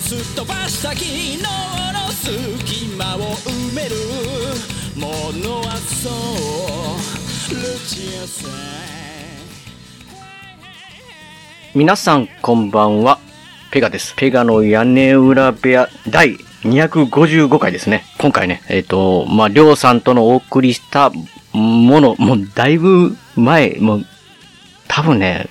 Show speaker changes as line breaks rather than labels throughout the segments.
すっ飛ばした昨日の隙間を埋めるものはそうルチアさん
皆さんこんばんは。ペガです。ペガの屋根裏部屋第255回ですね。今回ね、えっ、と、まあ、りょうさんとのお送りしたもの、もうだいぶ前、もう、多分ね、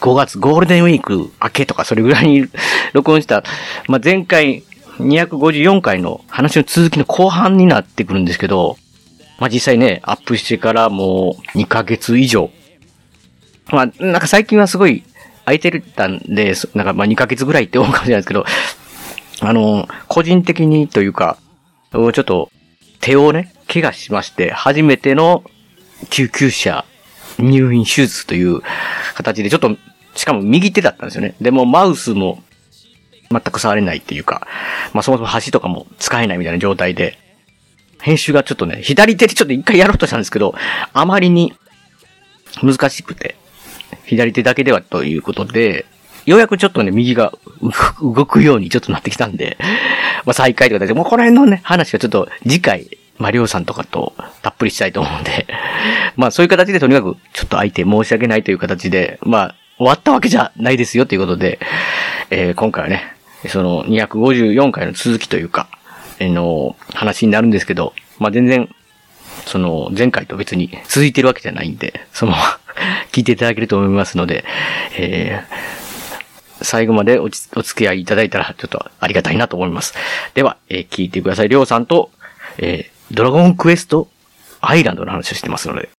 5月ゴールデンウィーク明けとかそれぐらいに 録音した、まあ、前回254回の話の続きの後半になってくるんですけど、まあ、実際ね、アップしてからもう2ヶ月以上まあ、なんか最近はすごい空いてたんで、そなんかまあ2ヶ月ぐらいって思うかもしれないですけど、あの、個人的にというか、ちょっと手をね、怪我しまして、初めての救急車入院手術という形で、ちょっと、しかも右手だったんですよね。でもマウスも全く触れないっていうか、まあそもそも橋とかも使えないみたいな状態で、編集がちょっとね、左手でちょっと一回やろうとしたんですけど、あまりに難しくて、左手だけではということで、ようやくちょっとね、右がうご動くようにちょっとなってきたんで、 まあ再開という形で、もうこの辺のね、話はちょっと次回、まあ、りょうさんとかとたっぷりしたいと思うんで、 まあそういう形でとにかくちょっと相手申し訳ないという形で、まあ終わったわけじゃないですよということで、えー今回はね、その254回の続きというか、えーの話になるんですけど、まあ全然その、前回と別に続いてるわけじゃないんで、そのまま 聞いていただけると思いますので、えー最後までおちお付き合いいただいたら、ちょっとありがたいなと思います。では、えー聞いてください。りょうさんと、えードラゴンクエストアイランドの話をしてますので、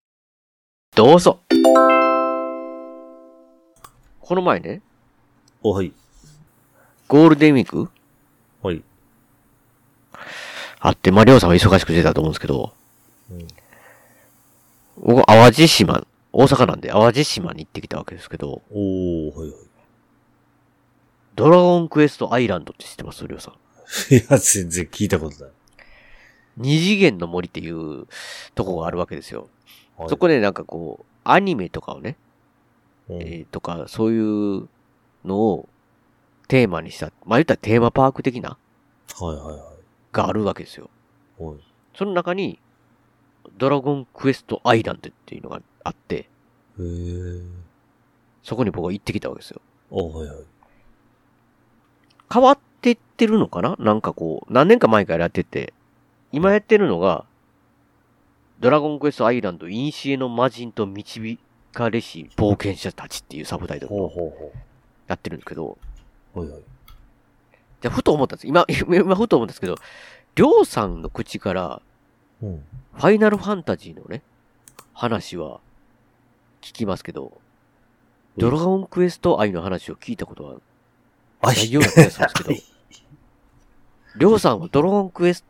どうぞこの前ね、
お、はい。
ゴールデンウィーク
はい。
あって、まあ、りょうさんは忙しくしてたと思うんですけど、
うん
僕、淡路島、大阪なんで淡路島に行ってきたわけですけど、
おー、はいは
ドラゴンクエストアイランドって知ってますりょうさん。
い。いや、全然聞いたことない。
二次元の森っていうとこがあるわけですよ。
はい
そこでなんかこう、アニメとかをね、
うん
えーとか、そういうのをテーマにした、まあ、言ったらテーマパーク的な
はいはいは
があるわけですよ。
い。はい。
その中に、ドラゴンクエストアイランドっていうのがあって、
へー。
そこに僕は行ってきたわけですよ。
お、はいはい。
変わってってるのかななんかこう、何年か前からやってて、今やってるのが、ドラゴンクエストアイランド、インシエの魔人と導かれし冒険者たちっていうサブタイトル
ほう
を
ほ
やってるんですけど、
うほう。はいはい。
じゃふと思ったんです。今、今今ふと思ったんですけど、りょうさんの口から、
うん。
ファイナルファンタジーのね、話は聞きますけど、ドラゴンクエスト愛の話を聞いたことは
あ
ないような気がするんですけど、りょうさんはドラゴンクエス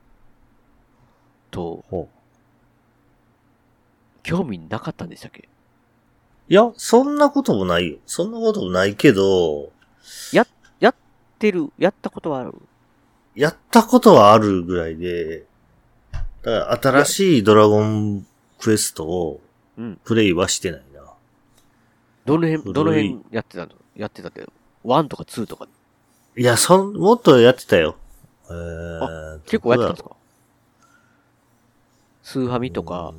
ト、
ほう。
興味なかったんでしたっけ
いや、そんなこともないよ。そんなこともないけど、
やってる、やったことはある。
やったことはあるぐらいで、だから新しいドラゴンクエストを
うん。
プレイはしてないな。
どの辺、
古い
どの辺やってたのやってたって、1とか2とか、
いや、そん、もっとやってたよ。えー、
結構やってたんです
か
かスーファミとか、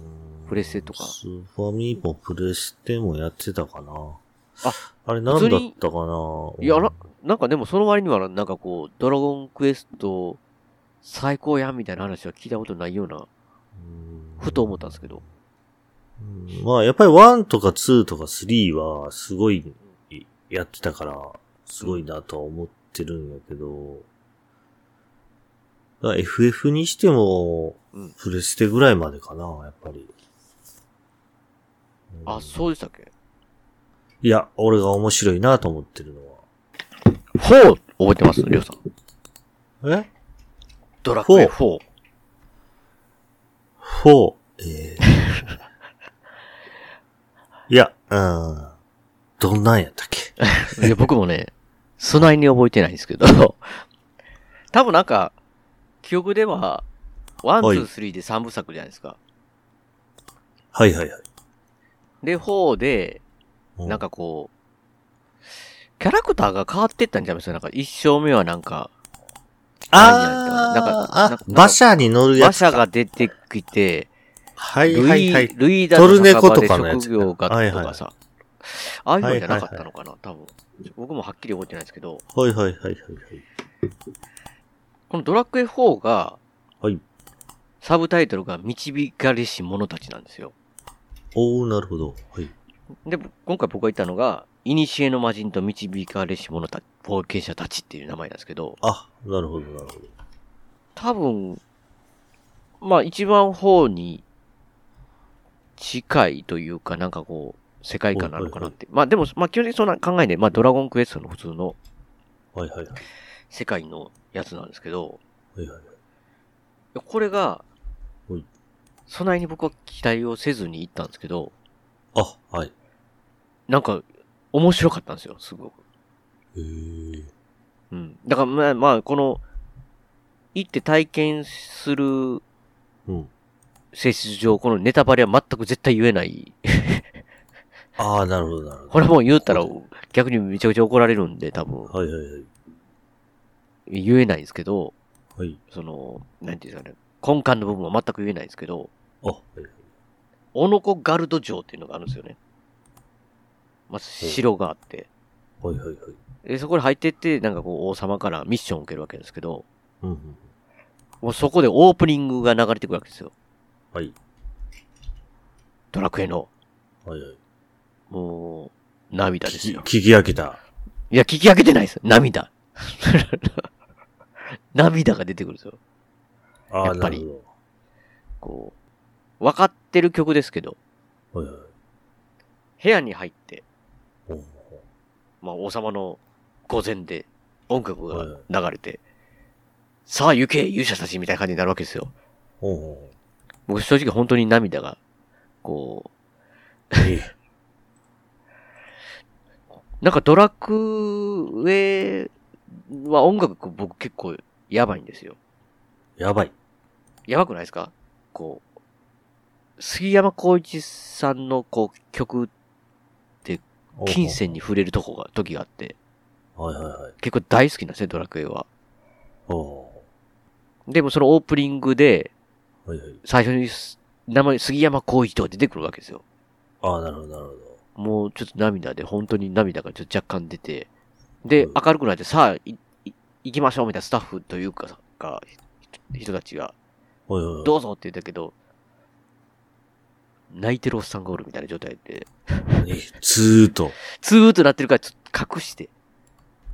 プレステとか
スーファミもプレステもやってたかな。
あ、
あれなんだ
普
っ
通に
たかな。
いや、な、なんかでもその割にはなんかこう、ドラゴンクエスト最高やんみたいな話は聞いたことないような、ふと思ったんですけど。
うんまあ、やっぱり1とか2とか3はすごいやってたから、すごいなとは思ってるんやけど、だから FF にしても
うん、
プレステぐらいまでかな、やっぱり。うん
あ、そうでしたっけ
いや、俺が面白いなと思ってるのは。
?4 覚えてますりょうさん。
え
ドラクエ4。
4、えー、いや、うん、どんなんやったっけ
いや、僕もね、そないに覚えてないんですけ ど、多分なんか、記憶では、ワン、ツ
はい
ー、スリーで3部作じゃないですか。
はいはいはい。
で、4で、
う
なん、かこう、キャラクターが変わってったんじゃないですか。なんか一生目はなんか、
あー、
なんかなん
あ
か、
馬車に乗るや
馬
つ。
車が出てきて、
はい
ル
はい
イ
はい。
ルイダの酒場で
トルネコとかのやつ
職業が
はい
と
は
か
い
さ、ああいうのじゃなかったのかな、多分。僕もはっきり覚えてないですけど、
はいはいはいはいはい。
このドラクエ4が、
はい。
サブタイトルが導かれし者たちなんですよ。
おー、なるほど。はい。
で、今回僕が言ったのが、古の魔人と導かれし者たち、冒険者たちっていう名前なんですけど、
あ、なるほどなるほど。
多分、まあ一番方に近いというか、なんかこう、世界観なのかなって。まあでも、まあ基本的にそんな考えで、まあドラゴンクエストの普通の
はいはいはい。
世界のやつなんですけど、
はいはいはい。
これが
はい、
そないに僕は期待をせずに行ったんですけど、
あ、はい。
なんか面白かったんですよ、すごく。
えー、
うん。だからまあ、まあ、この、行って体験する
うん。
性質上、このネタバレは全く絶対言えない。
あー、なるほどなるほど。
これはもう言ったら逆にめちゃくちゃ怒られるんで、多分
はいはいはい。
言えないんですけど、
はい。
その、なんていうんですかね、根幹の部分は全く言えないんですけど、
あ、はいはい。
オノコガルド城っていうのがあるんですよね。まあ、城があって。
はいはいはい。
で、そこに入ってって、なんかこう、王様からミッションを受けるわけですけど、
うんうん。
もうそこでオープニングが流れてくるわけですよ。
はい。
ドラクエの。
はいはい。
もう、涙です
聞
よ。
き聞き飽きた。
いや、聞き上げてないです。涙。 涙が出てくるんですよ。
あ
や
ー、
っ
な
ぱり
るほ
こう、分かってる曲ですけど、
ど。はいはい。
部屋に入って、
おー
まあ、王様の御前で音楽が流れて、さあ行け、勇者たちみたいな感じになるわけですよ。
おーお
僕正直本当に涙が、こ
ー。えー
う、なんかドラクエは音楽僕結構やばいんですよ。
やばい。
やばくないですかこう、杉山浩一さんのこう曲、
おー
金。銭に触れるとこが、時があって、
はいはいはい。
結構大好きなんですね、ドラクエは。
おお
でもそのオープニングで、
ー。はいはい。
最初にす名前、杉山浩一とか出てくるわけですよ。
あー、なるほどなるほど。
もうちょっと涙で、本当に涙がちょっと若干出て、で
うん、
明るくなって、さあ、いい行きましょうみたいなスタッフというか、がひ人たちが、
はいはいはい。
どうぞって言ったけど、泣いてるおっさんがおるみたいな状態で、
え、ずーっと。
ツーっとなってるから、ちょっと隠して、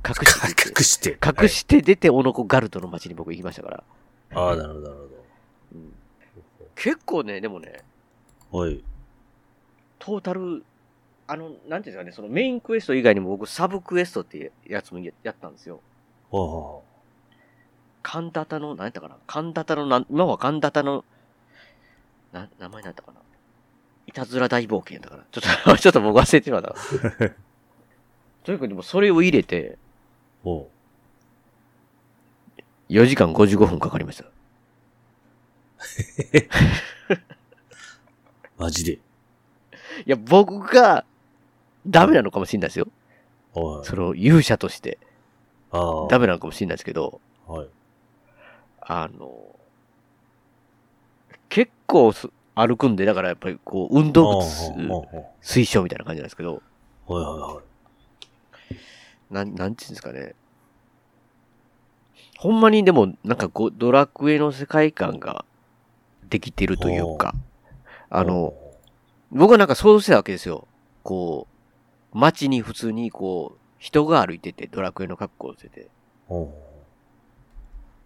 隠して出て、
隠して。
隠して出て、オノコガルトの街に僕行きましたから、
はい。ああ、なるほど、なる
うん結構ね、でもね、
ほど。はい。
トータル、あの、なんていうんですかね、そのメインクエスト以外にも僕サブクエストってやつもややったんですよ。
ああ。
カンダタの、何やったかなカンダタのなん、今はカンダタの、な、名前なんだったかないたずら大冒険だから。ちょっと、 ちょっと僕忘れてまだ。とにかくでもそれを入れて、
おう
4時間55分かかりました。
マジで。
いや、僕が、ダメなのかもしれないですよ。
はい。
その、勇者として、
ああ。
ダメなのかもしれないですけど、
はい。
あの、結構す歩くんで、だからやっぱりこう、運動
ああ
靴
ああ
推奨みたいな感じなんですけど、
ああはいはいはい。
なん、なんていうんですかね。ほんまにでも、なんかこう、ドラクエの世界観ができてるというか、あの、
お
僕はなんか想像してたわけですよ。こう、街に普通にこう、人が歩いてて、ドラクエの格好をしてて、
う、おう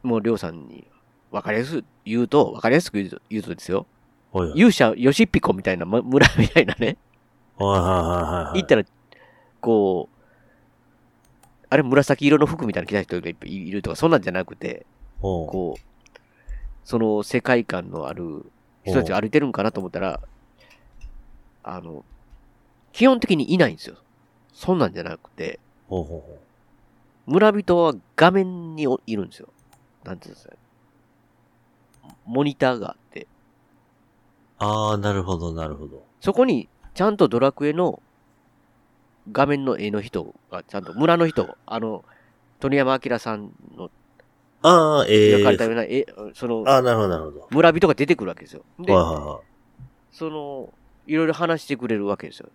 もうりょうさんに、わかりやすく言うと、わかりやすく言うと言うとですよ。
はいはい。
勇者、ヨシピコみたいな、ま村みたいなね、
はいはいはいは
行
い。
ったら、こう、あれ紫色の服みたいなの着た人がいっぱいいるとか、そんなんじゃなくて、
おう
こう、その世界観のある人たちが歩いてるんかなと思ったら、あの、基本的にいないんですよ。そんなんじゃなくて、
ほうほうほ
村人は画面においるんですよ。なんていうんですかね。モニターがあって、
う。ああ、なるほど、なるほど。
そこにちゃんとドラクエの画面の絵の人が、ちゃんと村の人、あの、鳥山明さんの
ああ、ええ
描かれたような絵、その、
ああ、なるほど、なるほど。
村人が出てくるわけですよ。で、
はいはいはい。
その、いろいろ話してくれるわけですよ。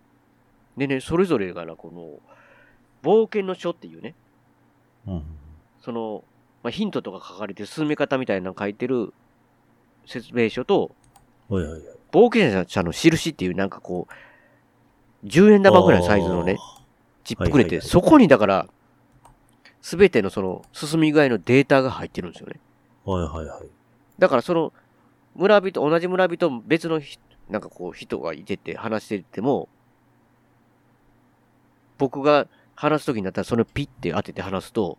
でね、それぞれがな、この、冒険の書っていうね、
うん。
その、まあ、ヒントとか書かれて進め方みたいなの書いてる説明書と、
はいはいはい。
冒険者の印っていうなんかこう、10円玉ぐらいのサイズのね、チップくれ
はいはい
て、
はい
そこにだから、すべてのその、進み具合のデータが入ってるんですよね。
あー。はいはいはい。
だからその、村人、同じ村人、別のひ、なんかこう、人がいてて話してても、僕が話すときになったら、それをピッて当てて話すと、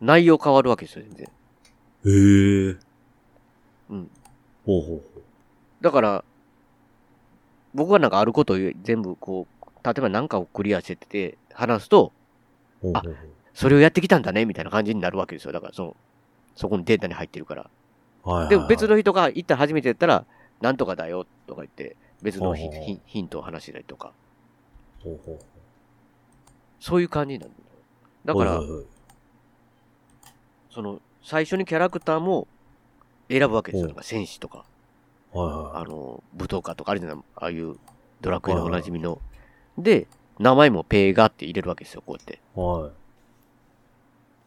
内容変わるわけですよ、全然。
へえ。
うん。
ほうほうほう。
だから、僕がなんかあることを全部こう、例えば何かをクリアしてて話すと、
ほう
あ
ほう
それをやってきたんだね、みたいな感じになるわけですよ。だから、その、そこにデータに入ってるから。
ほうはいはいはい。
でも別の人が行った初めてやったら、なんとかだよ、とか言って、別のヒ
ほうほうほう
ヒヒントを話したりとか、
ほうほうほう。
そういう感じになる。だから
はい、はいはい
その、最初にキャラクターも選ぶわけですよ。
ほ
な
うん
か戦士とか、
はいはい
あの、武闘家とか、あるじゃない、ああいうドラクエのおなじみの。で、名前もペーガって入れるわけですよ、こうやって。
はい。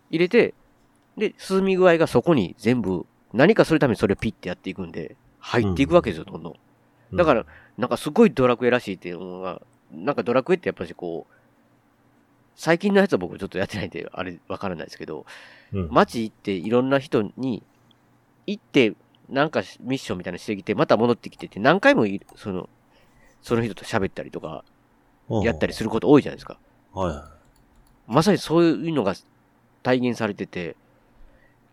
入れて、で、進み具合がそこに全部、何かするためにそれをピッてやっていくんで、入っていくわけですよ、どんどん。だから、なんかすごいドラクエらしいっていうのが、なんかドラクエってやっぱしこう、最近のやつは僕ちょっとやってないんで、あれわからないですけど、
うん、
街行っていろんな人に、行って、なんかミッションみたいなのしてきて、また戻ってきてって、何回もいその、その人と喋ったりとか、やったりすること多いじゃないですか。
る。はいは
まさにそういうのが体現されてて、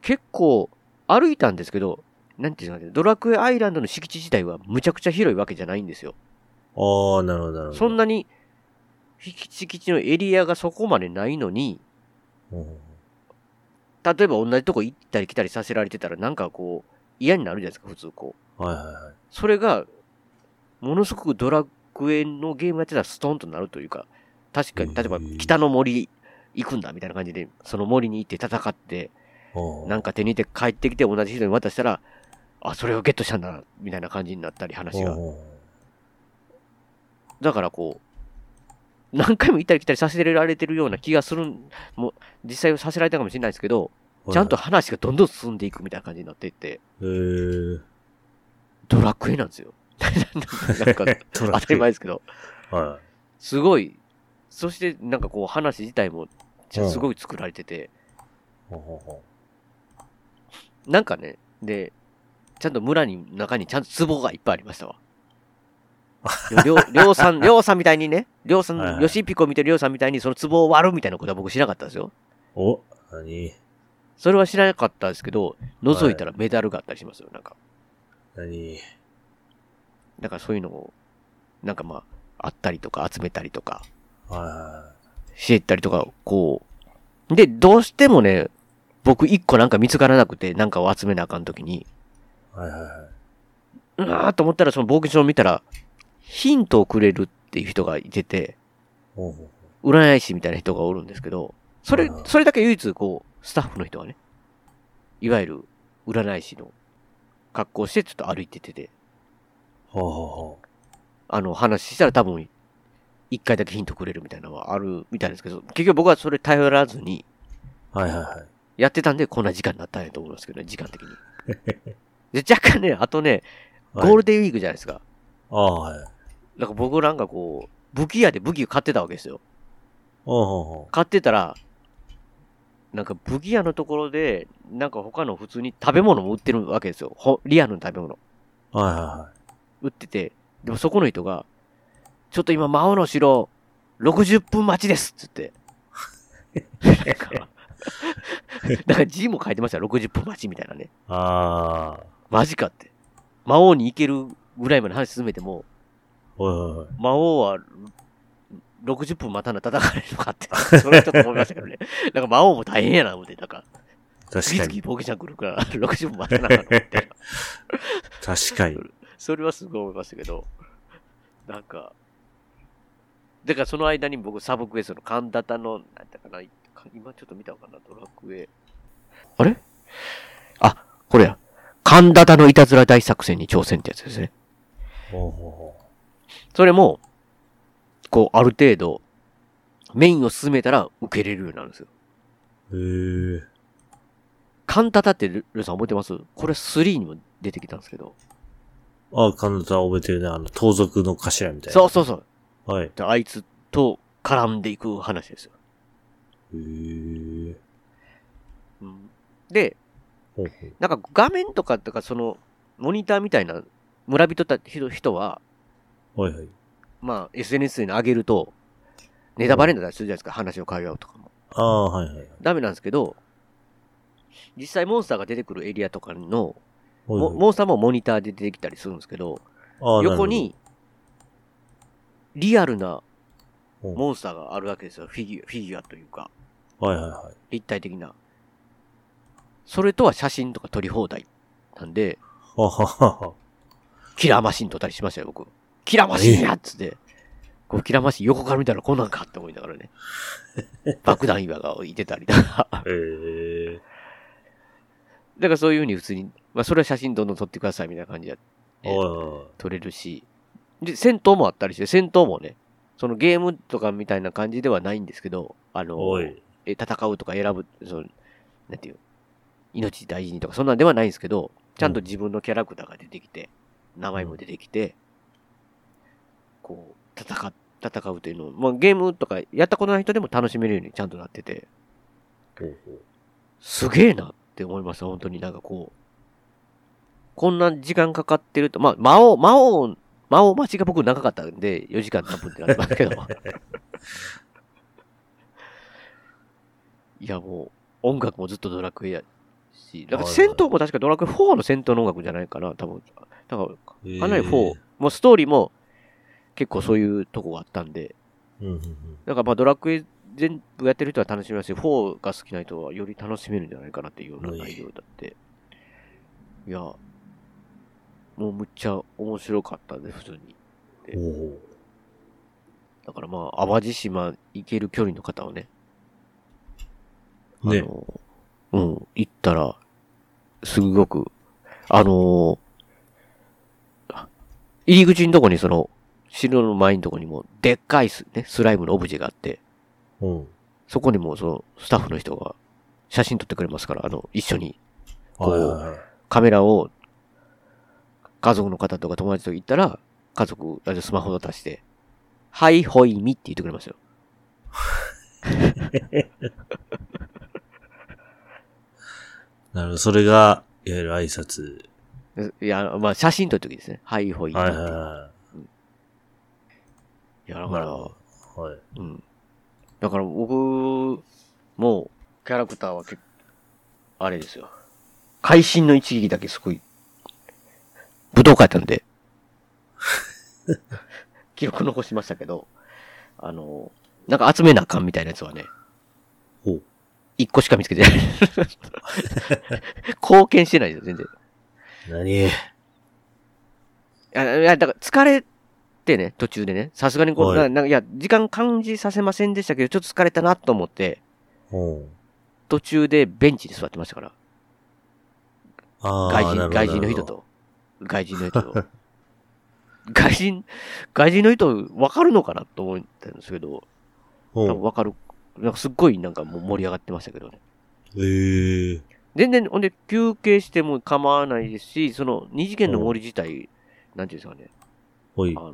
結構歩いたんですけど、なんていうんですかね、ドラクエアイランドの敷地自体はむちゃくちゃ広いわけじゃないんですよ。
い。ああ、なるほど、なるほど。
そんなに、敷地のエリアがそこまでないのに、
ほうほうほう。
例えば同じとこ行ったり来たりさせられてたら、なんかこう、嫌になるじゃないですか、普通こう。
はいはいはい。
それが、ものすごくドラクエのゲームやってたらストンとなるというか、確かに、例えば
へー
北の森行くんだみたいな感じで、その森に行って戦って、
ほう
なんか手に入れて帰ってきて同じ人に渡したら、あ、それをゲットしたんだな、みたいな感じになったり話が
ほ。うほ
だからこう、何回も行ったり来たりさせられてるような気がするん、もう実際はさせられたかもしれないですけど、
う
ちゃんと。話がどんどん進んでいくみたいな感じになっていって、
へえ。
ドラクエなんです よ。なんか、
当
当たり前ですけど、
は
すごい、そしてなんかこう話自体もちゃ
うん
すごい作られてて、
い。ほうほうほ
なんかね、で、ちゃんと村に、中にちゃんと壺がいっぱいありました わ。りょうりょうさん、りょうさんみたいにね、りょうさ
はいは
ん、
い
よしぴこ見てるりょうさんみたいにその壺を割るみたいなことは僕しなかったんですよ。
うお、なに
それは知らなかったですけど、覗いたらメダルがあったりしますよ、なんか。
なに
だからそういうのを、なんかまあ、あったりとか集めたりとか、
はいは
していったりとか、こう。で、どうしてもね、僕一個なんか見つからなくて、なんかを集めなあかんときに、
い。はいはいは
うわーと思ったらその冒険書を見たら、ヒントをくれるっていう人がいてて、
い。ほうほう
占い師みたいな人がおるんですけど、それ
う、ん
それだけ唯一こう、スタッフの人がね、いわゆる占い師の格好をしてちょっと歩いててて、
ほう。ほうほうほ
あの、話したら多分、一回だけヒントくれるみたいなのはあるみたいですけど、結局僕はそれ頼らずに
う。はいはいはい。
やってたんで、こんな時間になったんやと思いますけどね、時間的に。で、若干ね、あとね、ゴール
デ
デンウィークじゃないですか。
ン。ああ、はい。
なんか僕なんかこう、武器屋で武器を買ってたわけですよ。
ほうほうほ
買ってたら、なんか武器屋のところで、なんか他の普通に食べ物も売ってるわけですよ。ほリアルの食べ物。
う。はいは
売ってて、でもそこの人が、ちょっと今、魔王の城、60分待ちですっつって。なんか だから字も書いてましたよ。60分待ちみたいなね。
ああ。
マジかって。魔王に行けるぐらいまで話進めても、
おいおいおい。
魔王は60分待たな叩かれるのかって。それはちょっと思いましたけどね。なんか魔王も大変やな、思って。なんか、
確
次
か
々
に。
冒険者来るから、60分待たなあかったって。
確かに。
それはすごい思いましたけど、なんか、だからその間に僕サブクエストの神田田の、なんだかな、今ちょっと見たのかな、ドラクエ。あれあ、これや。神田田のいたずら大作戦に挑戦ってやつですね。
ほうほ
それも、こう、ある程度、メインを進めたら受けれるようになるんですよ。
うほう。へえ。
神田田ってルルーさん覚えてますこれ3にも出てきたんですけど。
ああ、神田さん覚えてるね。あの、盗賊の頭みたいな。
そうそうそう。
う。はい。へ
であいつと絡んでいく話ですよ。
え。
うんで、
ほうほう。
なんか画面とか、とかその、モニターみたいな村人た人人は、
はいはい。
まあ、SNS に上げると、ネタバレになったりするじゃないですか、話の会話とかも。
ああ、はいはい。
ダメなんですけど、実際モンスターが出てくるエリアとかの、
ほい
モ
ほい
モンスターもモニターで出てきたりするんですけど、
ああ
横に、リアルな
なるほど
モンスターがあるわけですよ。フィギュア、フィギュアというか、
ほうはいはいはい。
立体的な。それとは写真とか撮り放題なんで、
はははは。
キラーマシン撮ったりしましたよ、僕。キラーマシンやっつって。こう、キラーマシン横から見たらこんなんかって思いながらね。 爆弾岩がいてたり だ。だか
へえ。
らそういうふうに普通に、まあそれは写真どんどん撮ってくださいみたいな感じで
はいは
撮れるし。で、戦闘もあったりして、戦闘もね、そのゲームとかみたいな感じではないんですけど、あ
い。
の、
おい。
え戦うとか選ぶ、その、なんていう、命大事にとかそんなんではないんですけど、ちゃんと自分のキャラクターが出てきて、名前も出てきて、こう、戦、戦うというのを、まあ、ゲームとかやったことない人でも楽しめるようにちゃんとなってて、
ほうほう。
すげえなって思いました、本当になんかこう。こんな時間かかってると、まあ、魔王、魔王、魔王待ちが僕長かったんで、4時間何分ってなり ますけど。いや、もう、音楽もずっとドラクエやし、だから戦闘も確かドラクエ4の戦闘の音楽じゃないかな、多分。だから、かなり
へ
4、
え
もうストーリーも結構そういうとこがあったんで、
うんうんうん。
なんかまあドラクエ全部やってる人は楽しめますし、4が好きな人はより楽しめるんじゃないかなっていうような内容だって。いや、もうむっちゃ面白かったね、普通に。
ほうほう。
だからまあ、淡路島行ける距離の方はね、あの、
ね
うん、行ったら、すごく、あのー入り口のとこにその、城の前のとこにも、でっかいス,、ね、スライムのオブジェがあって、
うん。
そこにもそのスタッフの人が写真撮ってくれますから、あの、一緒にこう
はいはいはい。
カメラを家族の方とか友達と行ったら、家族、あスマホを出して、はい、ほいみって言ってくれますよ。
なるほど。それが、いわゆる挨拶。
いや、まあ、写真撮るときですね。はい、ほいみっ
は
て。
いはいはい
や、
い。
だから、
はい。
うん。だから僕、もう、キャラクターは結構、あれですよ。会心の一撃だけすごい、武道会やったんで、 記録残しましたけど、あの、なんか集めなあかんみたいなやつはね、
ほう。
一個しか見つけてない。 貢献してないですよ、全然。
何
いや、いやだから疲れてね、途中でね、さすがにこう、
は
な
い
なんかいや、時間感じさせませんでしたけど、ちょっと疲れたなと思って、
うん。
途中でベンチで座ってましたから。
ああ、
外
なる
人、
ほど
外人の人。と。外人の人と。 外人、外人の人分かるのかなと思ったんですけど、
な
多
る
分
ほ
分かる。なんかすっごいなんかもう盛り上がってましたけどね。
どうん。へえ。
全然、ほんで休憩しても構わないですし、その二次元の森自体、なんていうんですかね、
ほい
あ。の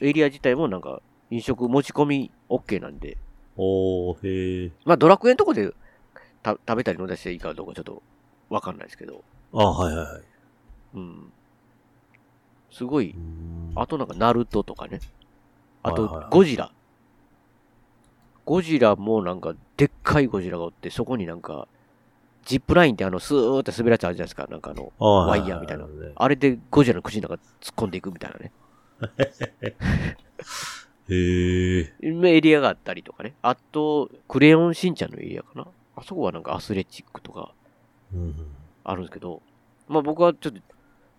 ーエリア自体もなんか飲食持ち込み OK なんで、
おー、へえ。
まあドラクエのとこでた食べたり飲んだりしていいかどうかちょっと分かんないですけど、
あはいはいはい。
うん。すごいう
ー、ん
あとなんか、ナルトとかね。あ
はいはい
と
は、い
ゴジラ。ゴジラもなんか、でっかいゴジラがおって、そこになんか、ジップラインってあの、スーって滑らちゃうじゃないですか。なんかあの、
ああ
ワイヤーみたいな
ははは
あれでゴジラの口の中突っ込んでいくみたいなね。
へえ。
エリアがあったりとかね。あと、クレヨンしんちゃんのエリアかな。あそこはなんかアスレチックとか
うん。
あるんですけど、まあ僕はちょっと、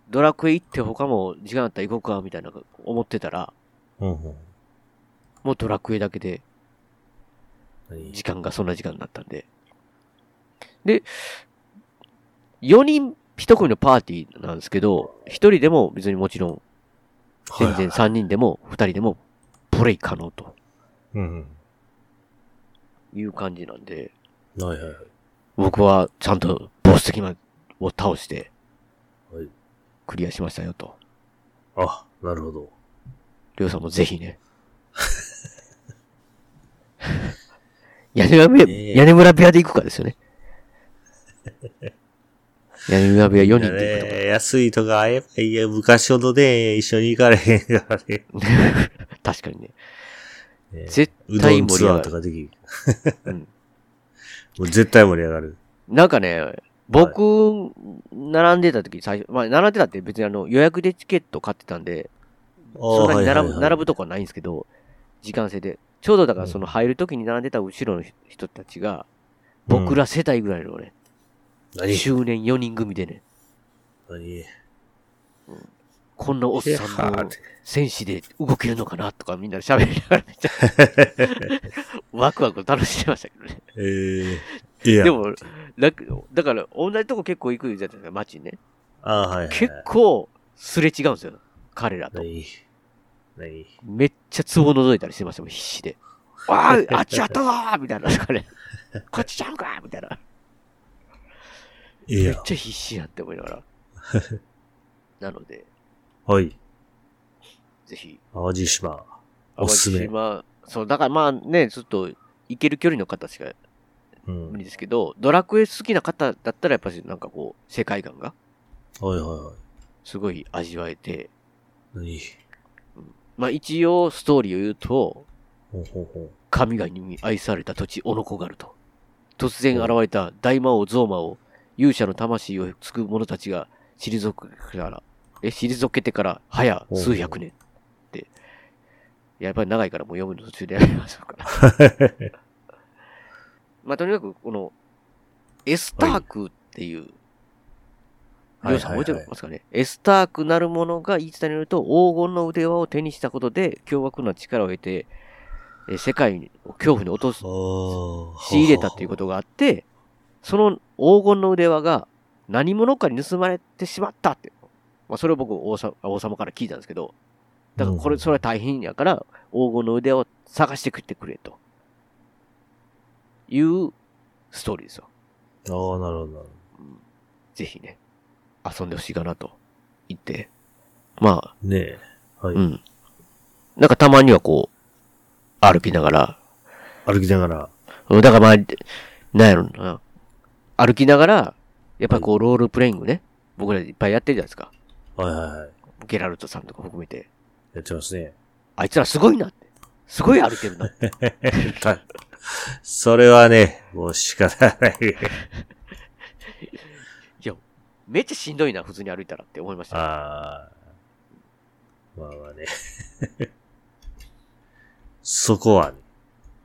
ドラクエ行って他も時間あったら行こうか、みたいな思ってたら、
うんうん。
もうドラクエだけで
何
時間がそんな時間になったんで。で、4人一組のパーティーなんですけど、1人でも別にもちろん、全
はい
然
は
3
い
人でも2人でもプレイ可能と
うん
いう感じなんで、
うん。はいはいはい。
僕はちゃんとボス的なを倒して
はい、
クリアしましたよと。
あ、なるほど。
りょうさんもぜひ ね。屋根裏部屋、
ねえ
屋根裏部屋で行くかですよ ね。屋根裏部屋4人で行くとか。
ね、安いとか会えばいいや、昔ほどね、一緒に行かれへんからね。
確かにね。
ね
絶
うど
対
ん
盛り
ツア
上が
ーと
る。
かできる。
うん
もう絶対盛り上がる。
なんかね、僕、並んでた時最初、まあ、並んでたって別にあの予約でチケット買ってたんで、そんなに並ぶ、並ぶとこはないんですけど、時間制で。ちょうどだからその入る時に並んでた後ろの人たちが、僕ら世代ぐらいのね、
何
周年4人組でね、
何
こんなおっ
い
さ
や
ん
ー
の
って
戦士で動けるのかなとかみんなで喋りながらめっちゃ ワクワク楽しんでましたけどね。
えー、いや。
でも、なんかだから同じとこ結構行くじゃないですか、街にね。
あはいはい。
結構すれ違うんですよ、彼らと。
何何
めっちゃツボ覗いたりしてましたもん、必死で。わ ーいあっちやったぞーみたいな、なんかね、こっちちゃうかみたいな。
い
めっ
や。
ちゃ必死やんって思い ながら。なので、
はい。
ぜひ、
淡路島。
淡
おすす
路
め。
島、そう、だからまあね、ちょっと行ける距離の方しか
う
無
ん。
理ですけど、ドラクエ好きな方だったらやっぱりなんかこう、世界観が
はいはいはい。
すごい味わえて、
何
まあ一応ストーリーを言うと、
ほうほう ほ
神々に愛された土地オノコガルと、突然現れた大魔王ゾーマを、勇者の魂をつく者たちが退くから、え、退けてから早数百年って、いややっぱり長いからもう読むの途中でやめましょうか。
う。
まあ、とにかく、この、エスタークっていう、
はい
りょうさん
はいはいはい
覚えてますかねエスタークなる者が言い伝えによると、黄金の腕輪を手にしたことで、凶悪な力を得て、えー世界を恐怖に落とす、
ああ。
仕入れたっていうことがあって、その黄金の腕輪が何者かに盗まれてしまったっていう。まあ、それを僕王様、王様から聞いたんですけど、だからこれ、
うん
それは大変やから、黄金の腕を探してくってくれと。いうストーリーですよ。
ああ、なるほどなるほ
ぜひね、遊んでほしいかなと言って。まあ、
ど。ねえ。はい。
うん。なんかたまにはこう、歩きながら、
歩きながら。
うんだからまあ、なんやろな。歩きながら、やっぱりこう、ロールプレイングね。僕らいっぱいやってるじゃないですか。
はいはいはい。
ゲラルトさんとか含めて。
やってますね。
あいつらすごいなって。すごい歩けるな って。
たそれはね、もう仕方ない。
いや、めっちゃしんどいな、普通に歩いたらって思いました。
ああ。まあまあね。 そこは、ね、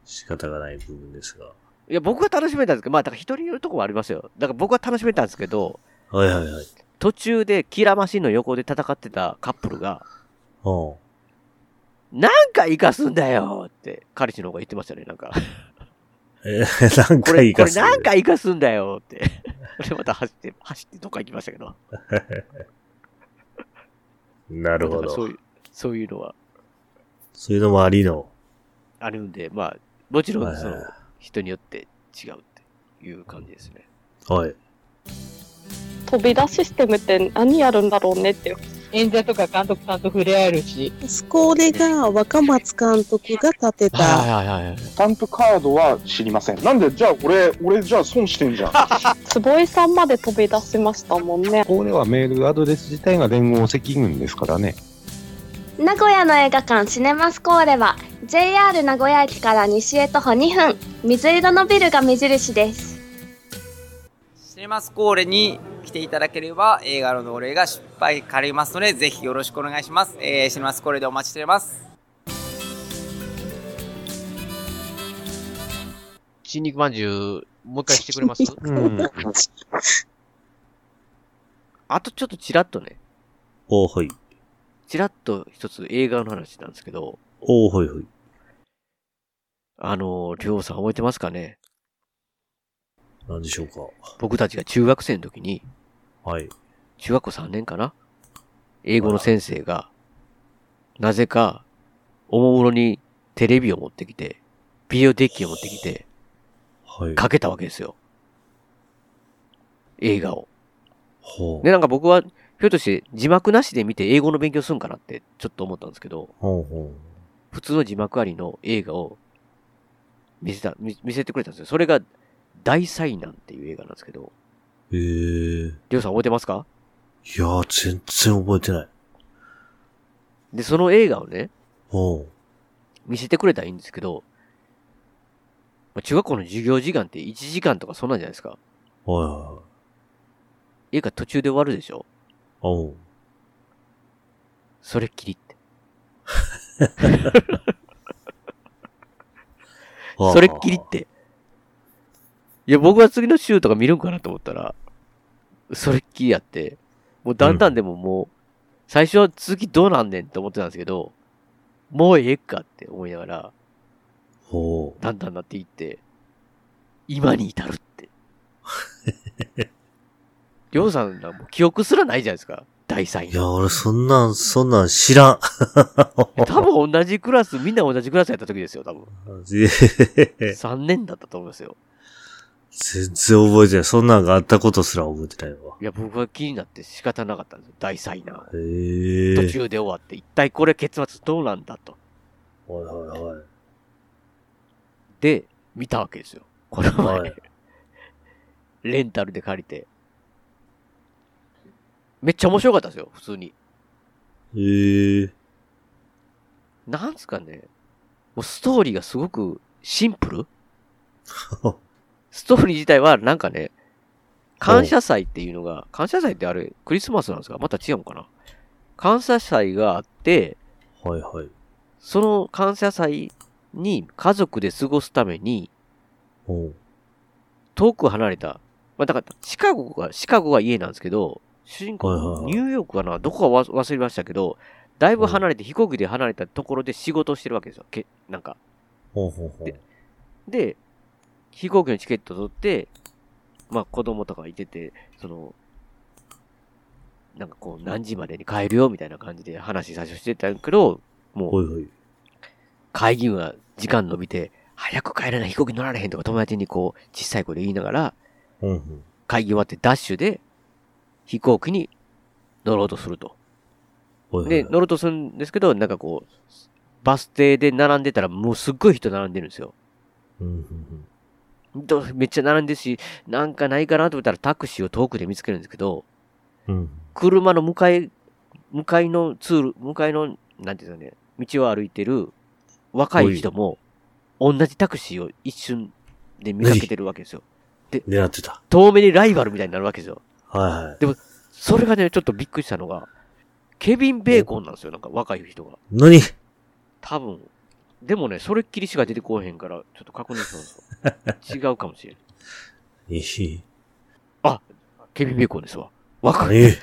仕方がない部分ですが。
いや、僕は楽しめたんですけど、まあ、だから人によるとこはありますよ。だから僕は楽しめたんですけど、
はいはいはい。
途中でキラマシンの横で戦ってたカップルが、
うん。
なんか生かすんだよって、彼氏の方が言ってましたね、なんか。
えー、何
こ
回
れ、
行
こ
か
れ
せて
なんか生かすんだよって。 これまた走って、走ってどっか行きましたけど。
なるほ
だから
ど。
そういう、そういうのは
そういうのもありの。
あるんで、まあ、もちろん、そ
はい
の
はいは、
人によって違うっていう感じですね。
はい。
飛び出システムって何やるんだろうねっていう
演者とか監督さんと触れ合えるし、
スコーレが若松監督が建てた、
はいはいはい。
スタンプカードは知りません。なんで、じゃあ俺、俺じゃあ損してんじゃん。
坪井さんまで飛び出しましたもんね
ここではメールアドレス自体が連合赤軍ですからね。名古屋の映画館シネマスコーレは JR 名古屋駅から西へ徒歩2分水色のビルが目印です
シネマスコーレに来ていただければ映画の同例が失敗かりますのでぜひよろしくお願いします、えーシネマスコーレでお待ちしております
新肉まんじゅう、もう一回してくれます
うん。
あとちょっとチラッとね、
おーはい。
チラッと一つ映画の話なんですけど、
おーはいはい。
あの、りょうさん覚えてますかね
なんでしょうか。
僕たちが中学生の時に、
はい。
中学校3年かな英語の先生が、なぜか、おもむろにテレビを持ってきて、ビデオデッキを持ってきて、
はい。
かけたわけですよ。映画を。
ほう
で、。なんか僕は、ひょっとして字幕なしで見て英語の勉強するんかなってちょっと思ったんですけど、
ほうほ
普通の字幕ありの映画を見せた、見見せてくれたんですよ。それが、大災難っていう映画なんですけど、
う。えー。
りょうさん覚えてますか
いやー、全然覚えてない。
で、その映画をね、
ほう。
見せてくれたらいいんですけど、まあ中学校の授業時間って1時間とかそんなんじゃないですか。
はいはいはい。
映画途中で終わるでしょ
あおう。
それっきりって。
あー
それっきりって。いや、僕は次の週とか見るんかなと思ったら、それっきりやって、もうだんだんでももう、最初は次どうなんねんと思ってたんですけど、もうええかって思いながら、
ほ
だんだんなっていって、今に至る って。りょうさんなんかもう記憶すらないじゃないですか。大
う。
災
いや、
難。
俺そんなん、そんなん知らん。
多分同じクラス、みんな同じクラスやった時ですよ、多分。
えへへ
3年だったと思いますよ。
全然覚えてない。そんなんがあったことすら覚えてないわ。
いや、僕は気になって仕方なかったんですよ。大災難。
へえ
途
ー。
中で終わって、一体これ結末どうなんだと。
はいはいはい。
で、見たわけですよ。この前、
はい
レンタルで借りて。めっちゃ面白かったですよ、普通に。
えー。
なんすかね、もうストーリーがすごくシンプルストーリー自体はなんかね、感謝祭っていうのが、感謝祭ってあれ、クリスマスなんですかまた違うのかな感謝祭があって、
はいはい。
その感謝祭に家族で過ごすために、
ほう。
遠く離れた、まあだから、シカゴが、シカゴが家なんですけど、主人公
はいはいはい、
ニューヨークかなどこかわ忘れましたけど、だいぶ離れて、飛行機で離れたところで仕事をしてるわけですよ。けなんか、
ほうほうほう。
でで、飛行機のチケット取って、まあ子供とかいてて、その、なんかこう何時までに帰るよみたいな感じで話最初してたんやけど、も
は
う
いはい。
会議が時間伸びて、早く帰らない飛行機乗られへんとか友達にこう小さい声で言いながら、
うんうん。
会議終わってダッシュで飛行機に乗ろうとすると。
はいはい
で、
はい。
乗ろうとするんですけど、なんかこう、バス停で並んでたらもうすっごい人並んでるんですよ。
うんうんうん。
どめっちゃ並んでるし、なんかないかなと思ったらタクシーを遠くで見つけるんですけど、
うん。
車の向かい、向かいのツール、向かいの、なんていうんですかね、道を歩いてる若い人も、同じタクシーを一瞬で見かけてるわけですよ。
狙ってた。
遠目にライバルみたいになるわけですよ。
はいはい。
それがね、ちょっとびっくりしたのが、ケビン・ベーコンなんですよ、なんか若い人が。
何
多分。でもね、それっきりしか出てこうへんから、ちょっと確認します。違うかもしれん。
えへ
ケビン・ベーコンですわ。若い。
ええ。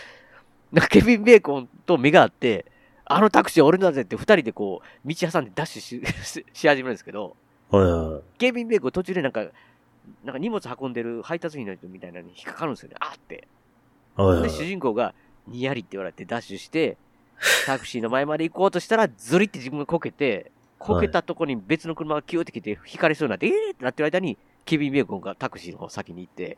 なんかケビン・ベーコンと目が合って、あのタクシーは俺のだぜって二人でこう、道挟んでダッシュしし し始めるんですけど、
はいはい。
ケビン・ベーコン途中でなんか、なんか荷物運んでる配達員の人みたいなのに引っかかるんですよね。あーって。
はいは
で、
い。
主人公が、にやりって言われてダッシュして、タクシーの前まで行こうとしたら、ずりって自分がこけて、こけたとこに別の車がキューって来て、引かれそうになって、えーってなってる間に、ケビン・ベーコンがタクシーの方先に行って、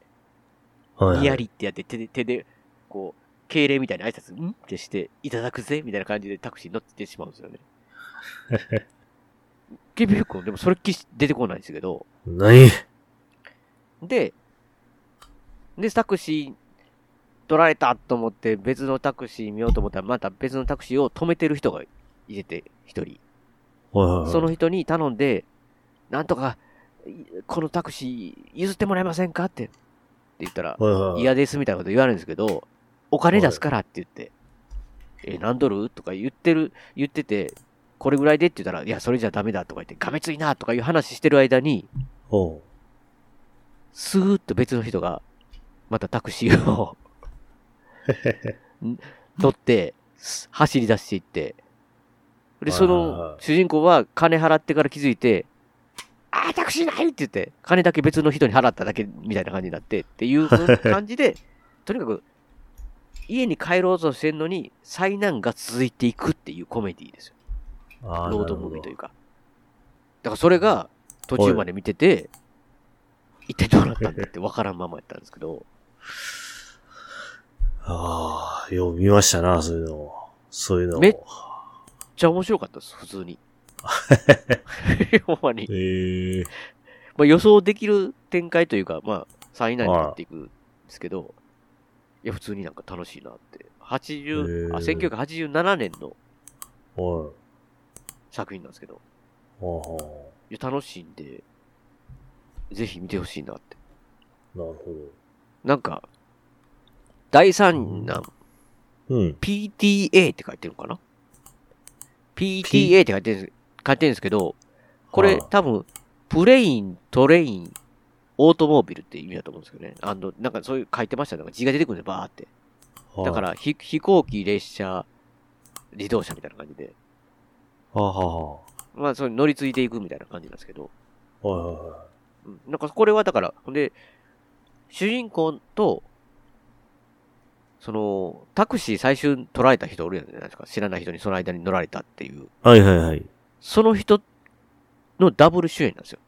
はいはい
にやりってやって、手で、手で、こう、敬礼みたいな挨拶、んってして、いただくぜみたいな感じでタクシーに乗ってしまうんですよね。ケビン・ベーコン、でもそれっきり出てこないんですけど、
何
で、で、タクシー取られたと思って別のタクシー見ようと思ったら、また別のタクシーを止めてる人が入れて、一人。
はいはいはい。
その人に頼んで、なんとか、いこのタクシー譲ってもらえませんかって、って言ったら
はいはい、はい
嫌ですみたいなこと言われるんですけど、お金出すからって言って、え、何ドルとか言ってる、言ってて、これぐらいでって言ったら、いや、それじゃダメだとか言って、がめついなとかいう話してる間に、
ほ
スーッと別の人が、またタクシーをん乗って、す走り出していって、で、その主人公は金払ってから気づいて、あー、タクシーないって言って、金だけ別の人に払っただけみたいな感じになってっていう感じで、とにかく、家に帰ろうとしてんのに、災難が続いていくっていうコメディーですよ。
う。ああ、
ロード
なる
ム
ほ
ー
ど
ビーというか。だからそれが途中まで見てて、一体どうなったんだって分からんままやったんですけど、
ああ、よう見ましたな、そういうの。そういうの。
めっちゃ面白かったです、普通 に。ほんまに。
ええ
まあ、予想できる展開というか、まあ、3位以内になっていくんですけど、いや、普通になんか楽しいなって。80、あ、
へー
1987年の
はい。
作品なんですけど、
ほうほ
いや、楽しいんで、ぜひ見てほしいなって。
うなるほ
なんか、第3弾、
ど。うん。
PTA って書いてるのかな ?PTA って書いてるんです、書いてるんですけど、これ
はあ
多分、プレイン、トレイン、オートモービルって意味だと思うんですけどね。あの、なんかそういう書いてましたよなんか字が出てくるんで、バーって。
はい
だか、ら、ひ飛行機、列車、自動車みたいな感じで。
はあはあは
まあ、それ乗り継いでいくみたいな感じなんですけど。
あ。はいはいは
うんなんかこれはだから、ほんで、主人公と、その、タクシー最初に取られた人おるじゃないですか。知らない人にその間に乗られたっていう。
い。はいはいはい。
その人のダブル主演なんですよ。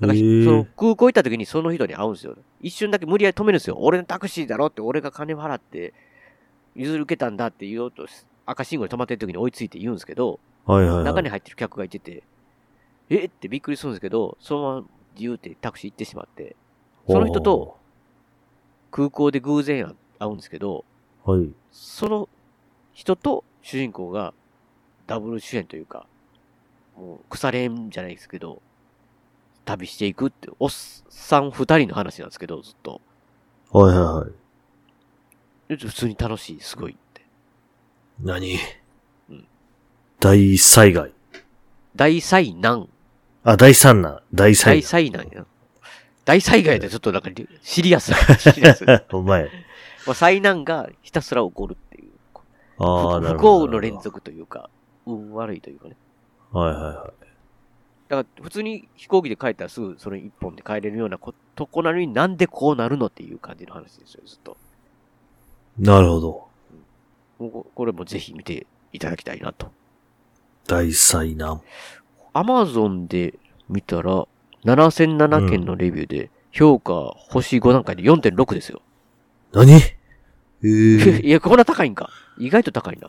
なんか
へ
そ
ー
の空港行った時にその人に会うんですよ。一瞬だけ無理やり止めるんですよ。俺のタクシーだろって、俺が金払って譲り受けたんだって言おうとし、赤信号で止まってる時に追いついて言うんですけど、
はいはいはい。
中に入ってる客がいてて、えってびっくりするんですけど、そのまま自由ってタクシー行ってしまって、その人と空港で偶然会うんですけど、
ほう。はい。
その人と主人公がダブル主演というか、もう腐れ縁じゃないですけど、旅していくって、おっさん二人の話なんですけど、ずっと。
はいはいはい。
で普通に楽しい、すごいって。
何
うん
大災害。
大災難。
あ、大産難。大災
大
害。
災難や。大災害ってちょっとなんかリシリアスな話 です。ま
お前。
あ災難がひたすら起こるっていう。
ああ、
不
なる
不
ほど。
幸の連続というか、運悪いというかね。
はいはいは
だから普通に飛行機で帰ったらすぐそれ一本で帰れるようなことこなのになんでこうなるのっていう感じの話ですよ、ずっと。
い。なるほど。
もうここれもぜひ見ていただきたいなと。
大災難。
アマゾンで見たら、7007件のレビューで、評価星5段階で4.6ですよ。
何ええ ー。
いや、こんな高いんか。意外と高いな。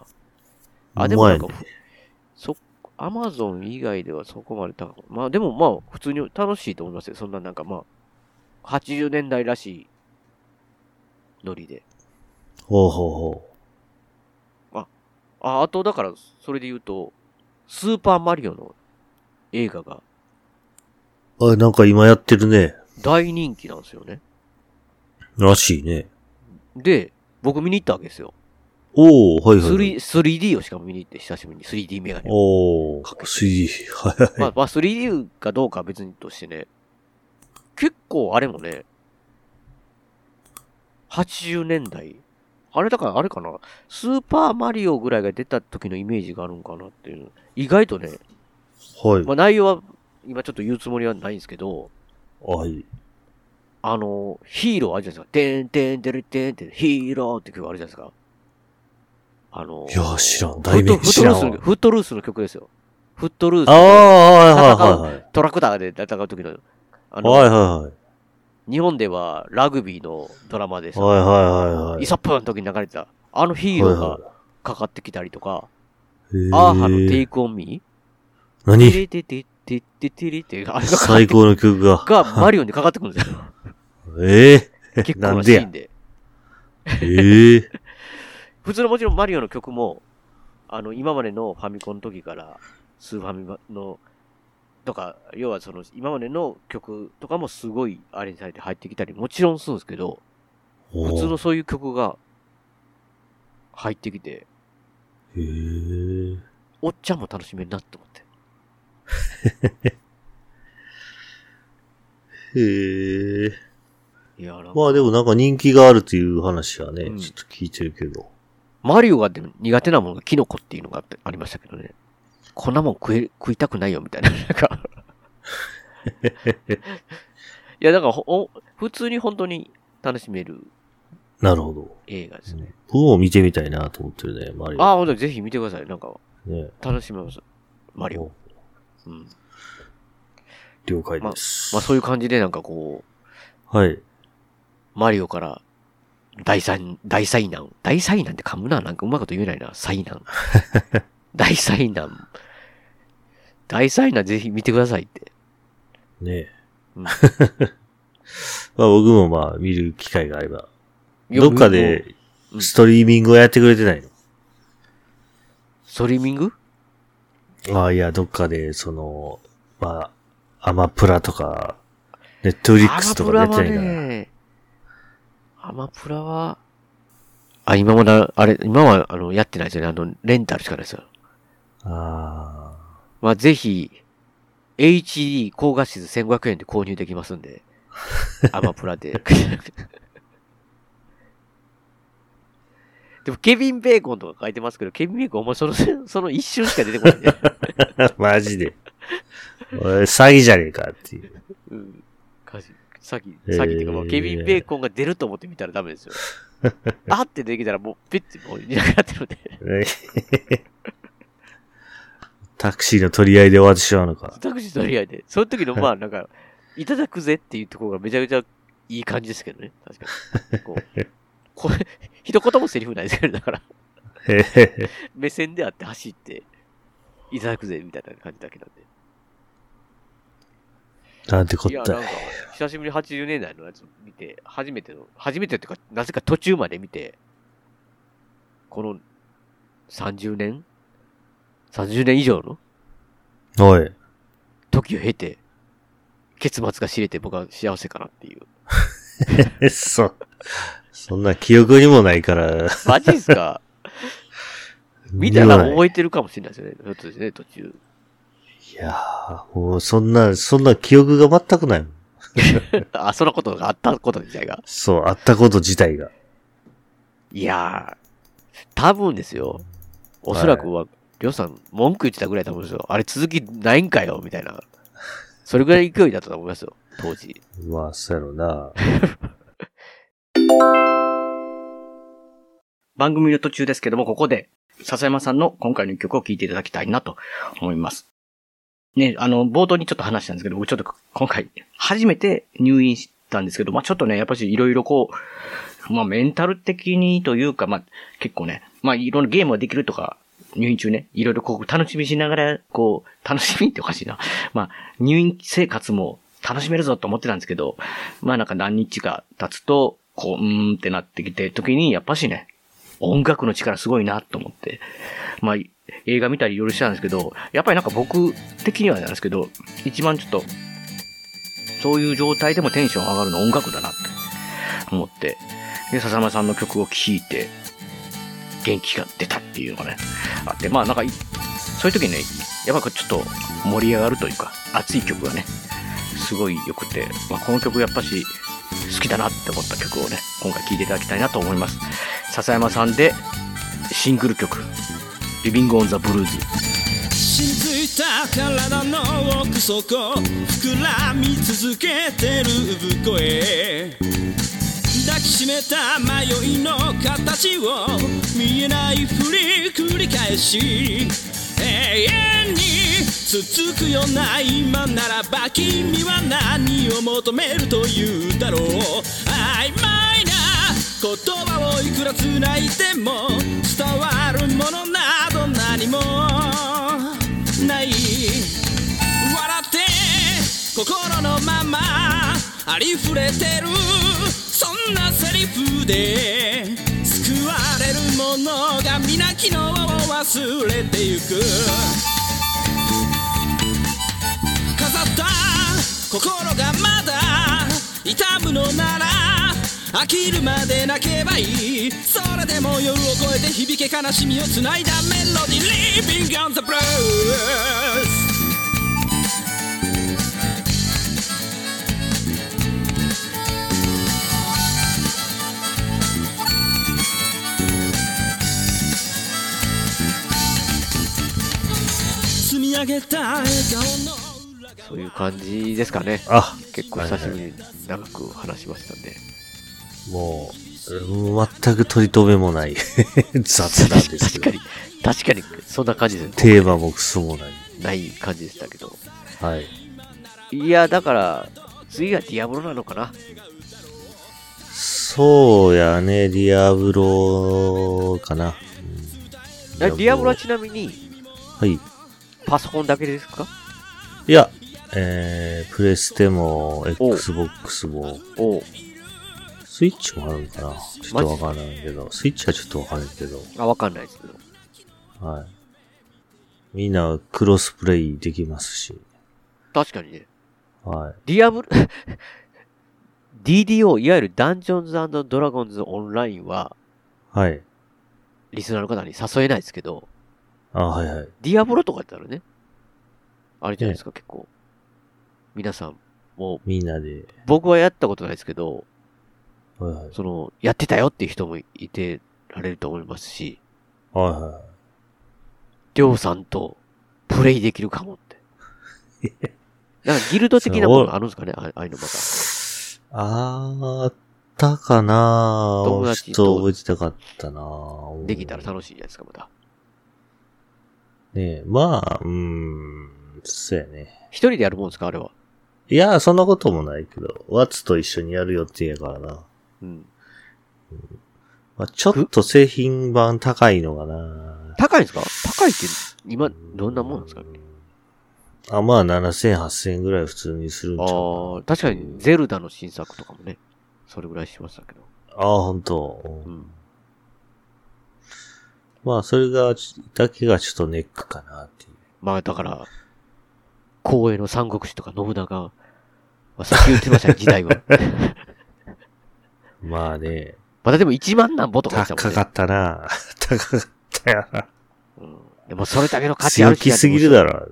あ、でもなんか、
ほんまや
そ、アマゾン以外ではそこまで高く。まあでもまあ、普通に楽しいと思いますよ。そんななんかまあ、80年代らしいノリで。
ほうほうほ
あ、あとだから、それで言うと、スーパーマリオの映画が
う。あ、なんか今やってるね。
大人気なんですよね。
らしいね。
で、僕見に行ったわけですよ。
おー、はいはいはい。
3 3D をしかも見に行って、久しぶりに 3D メガネを。
おー、3D。はいはい。
まあ、まあ、3D かどうかは別にとしてね、結構あれもね、80年代。あれだからあれかな、スーパーマリオぐらいが出た時のイメージがあるんかなっていう。意外とね、
はい
ま。あ内容は今ちょっと言うつもりはないんですけど、
はい。
あの、ヒーローあるじゃないですか。てんてんてるてんてん、ヒーローって曲あるじゃないですか。あの、
いやー、知らん。
フ
題
ット
名
フッ
知
トル
ら
ース
ん
の
わ。
フットルースの曲ですよ。フットルース
あー、
の
はいはいはいはい。
トラクターで戦う時の、あの、
はいはいはい。
日本ではラグビーのドラマでさ、
はいはいはいはい。
イサップーの時に流れてた、あのヒーロー
は
がかかってきたりとか、
いはい
アーハのテ
へ
イクオンミ
ー
ー、
何
テレテテテテテレテ、あれがかかって
最高の 曲が。
がマリオにかかってくるんですよ。
ええ
結構なシーンで。
ええ
普通のもちろんマリオの曲も、あの、今までのファミコンの時から、スーファミの、とか、要はその、今までの曲とかもすごいアレンジされて入ってきたり、もちろんするんですけど、
お
普通
ー
のそういう曲が入ってきて、
へー
おっちゃんも楽しめるなって思って。
へえ。
いや、なんか
まあでもなんか人気があるという話はね、
うん
ちょっと聞いてるけど。
マリオがでも苦手なものがキノコっていうのがあってありましたけどね。こんなもん食え、食いたくないよみたいな。なん かいや、だからほお、普通に本当に楽しめる
なるほど。
映画ですね。
僕も見てみたいなと思ってるね、マリオ。
ああ、ほんとぜひ見てください。なんか、
ね、
楽しめます。マリオ。うん。
了解
まあ、まあ
です。
そういう感じでなんかこう、
はい。
マリオから大災、大災難。大災難って噛むな。なんかうまいこと言えないな。災 難。大災難。大災難ぜひ見てくださいって。
ね
うん
まあ僕もまあ見る機会があれば。
いや
どっかでストリーミングをやってくれてないの、
ストリーミング
ああ、いや、どっかで、その、まあ、アマプラとか、ネットフリックスとか出てないかな。
アマプラは、あ、今もだ、あれ、今は、あの、やってないですよね。あの、レンタルしかないですよ。
あ
まあ、ぜひ、HD 高画質1500円で購入できますんで、アマプラで。 でも、ケビン・ベーコンとか書いてますけど、ケビン・ベーコン、お前その、 その一瞬しか出てこない、ね。
あ。 マジで。おい詐欺じゃねえかっていう。
うん。詐欺、詐欺っていうか、まあ
えー
ケビン・ベーコンが出ると思って見たらダメですよ。あってできたらもう、ピッてもういなくなってるので。
ねタクシーの取り合いで終わってしまうのか。
タクシー取り合いで。その時の、まあ、なんか、いただくぜっていうところがめちゃめちゃいい感じですけどね。確かに。こう。これ、一言もセリフないですけど、だから、
へへへ
目線であって走って、いただくぜみたいな感じだけなんで。
なんてこ
いや、
っ
なん
た
か。、久しぶりに80年代のやつ見て、初めての、初めてっていうか、なぜか途中まで見て、この30年 ?30 年以上の
おい。
時を経て、結末が知れて僕は幸せかなっていう。
え、そ、そんな記憶にもないから。
マジですか 見たら覚えてるかもしれないですよね。そうですね、途中。
いやーもうそんな、そんな記憶が全くないもん。
あ、そんなことがあったこと自体が。
そう、あったこと自体が。
いやー、多分ですよ。おそらくは、りょうさん文句言ってたぐらいだと思うんですよ。あれ続きないんかよ、みたいな。それぐらい勢いだったと思いますよ、当時。
まあ、そうやろうな。
番組の途中ですけども、ここで、笹山さんの今回の曲を聴いていただきたいなと思います。ね、あの、冒頭にちょっと話したんですけど、僕ちょっと今回、初めて入院したんですけど、まあちょっとね、やっぱしいろいろこう、まあメンタル的にというか、まあ結構ね、まあいろんなゲームができるとか、入院中ね、いろいろこう楽しみしながら、こう、楽しみっておかしいな。まあ入院生活も楽しめるぞと思ってたんですけど、まあなんか何日か経つと、こう、うーんってなってきて、時にやっぱしね、音楽の力すごいなと思って。まあ、映画見たりいろいろしたんですけど、やっぱりなんか僕的にはなんですけど、一番ちょっと、そういう状態でもテンション上がるの音楽だなと思って、で、笹山さんの曲を聴いて、元気が出たっていうのがね、あって、まあなんかい、そういう時にね、やっぱこうちょっと盛り上がるというか、熱い曲がね、すごい良くて、まあこの曲やっぱし好きだなって思った曲をね、今回聴いていただきたいなと思います。笹山さんでシングル曲「リビング・オン・ザ・ブルーズ」
沈づいた体の奥底膨らみ続けてる産声抱きしめた迷いの形を見えないふり繰り返し永遠に続くような今ならば君は何を求めるというだろう曖昧な言葉をいくら繋いでも伝わるものなど何もない笑って心のままありふれてるそんなセリフで救われるものが見な昨日を忘れてゆく飾った心がまだ痛むのなら飽きるまで泣けばいいそれでも夜を越えて響け悲しみをつないだメロディー Living on the Blues 積み上げた笑顔の
そういう感じですかね。
あ
結構久しぶりに長く話しましたんで。
もう、うん全く取り留めもない 雑談ですけど。
確かに、そんな感じですね。
テーマもクソもない。
ない感じでしたけど。
はい。
いや、だから、次はディアブロなのかな。
そうやね、ディアブロかな。
ディアブロはちなみに、
はい。
パソコンだけですか
いや、えー、プレステも、Xbox も、
おう
スイッチもあるのかなちょっとわからないけど、スイッチはちょっとわからないけど、
あ、わかんないですけど。
はい。みんなクロスプレイできますし、
確かにね。
は
ディアブロ、DDO、いわゆるダンジョンズドラゴンズオンラインは、
い。はい。
リスナーの方に誘えないですけど、
あ、はいはい。
ディアブロとかやったらね、あれじゃないですか、結構。皆さん、もう、
みんなで、
僕はやったことないですけど、
はいはい。
その、やってたよっていう人もいてられると思いますし、
はいは
りょうさんとプレイできるかもって。なんかギルド的な
そう
ものあるんですかねあああいうのまた。
い。あーあったかな
友達と
ちょっと覚えてたかったな
できたら楽しいじゃないですか、また。
ねえ、まあ、うーん、そうやね。
一人でやるもんですかあれは。
いや、そんなこともないけど、ワッツと一緒にやる予定やからな。
うん。
まあ、ちょっと製品版高いのかな。
高いんですか高いって、今、どんなもんなんですかね
あ、まあ、7000、8000円ぐらい普通にするんち
あ
ゃう
あ、確かにゼルダの新作とかもね、それぐらいしましたけど。
ああ、ほんと。う
うんん。
まあ、それが、だけがちょっとネックかなっていう。
まあだから、光栄の三国志とか信長は、まあ、さっき言ってました ね、時代は。
まあね、
まだでも1万なんぼとか言って
高
たもん
か
ね。
ったな。 高かったよな。
でもそれだけの価値あ
強
るし
気すぎるだろ。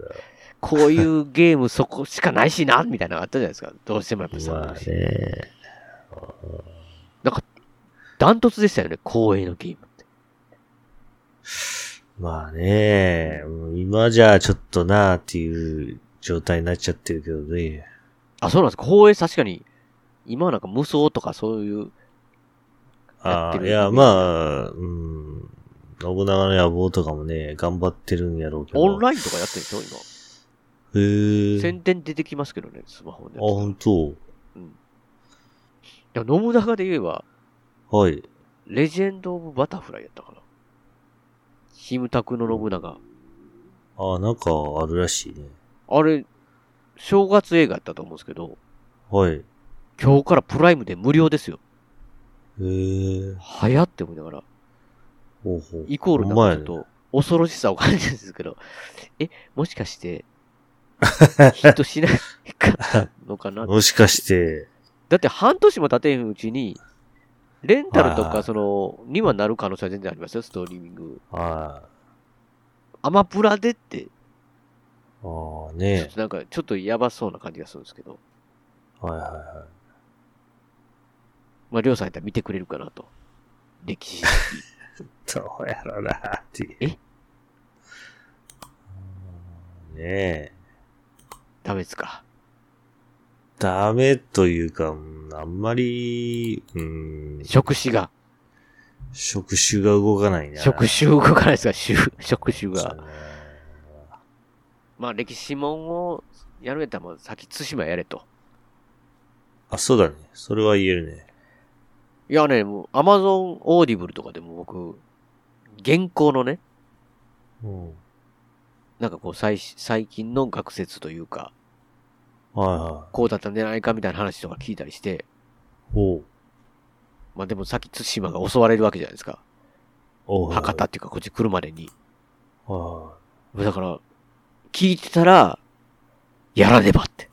こういうゲームそこしかないしな、みたいなのがあったじゃないですか。どうしてもやっぱり
まあ
さ、
ね。
ダントツでしたよね、光栄のゲームって。
まあね、うん今じゃちょっとなっていう状態になっちゃってるけどね。
あ、そうなんですか。光栄確かに、今はなんか無双とかそういう、やっ
あ
て
あ、
る
いや、まあ、うん。信長の野望とかもね、頑張ってるんやろうけど。
オンラインとかやってるでしょ、今。
へえ。
宣伝出てきますけどね、スマホで。
あ、本当。
いや、信長で言えば、
はい。
レジェンド・オブ・バタフライやったかな。キムタクの信長。
あなんかあるらしいね。
あれ、正月映画やったと思うんですけど、
はい。へ
今日からプライムで無料ですよ。
え。
早って思いながら、
ほうほう。
イコールなん
ほんま
か
や
ちょ
ね
っと恐ろしさを感じるんですけど、え、もしか して、ヒットしなかったのかな
もしかして、
だって半年も経てへんうちに、レンタルと
はいは
か
い
その、にはなる可能性は全然ありますよ、ストリーミング。
あ
アマプラでって、
あ、
ち
ああ
ょっ
ね。
となんかちょっとやばそうな感じがするんですけど、
はいはいは
まあ、りょうさんやったら見てくれるかなと。歴 史。
い。どうやろうなっていう。
え
ねえ。
ダメですか。
ダメというか、うんあんまり、うん、
触手が、
触手が動かないな。
触手動かないですか、手触手
そう
が。
ね
まあ、歴史門をやるんやったら、先対馬やれと。
あ、そうだね。それは言えるね。
いやね、もう、アマゾンオーディブルとかでも僕、現行のね、
うん。
なんかこう、最、最近の学説というか、
はいは
こうだったんじゃないかみたいな話とか聞いたりして、
い。ほう。
まあでもさっき対馬が襲われるわけじゃないですか。
おう
博多っていうかこっち来るまでに。
は
だから、聞いてたら、やらねばって。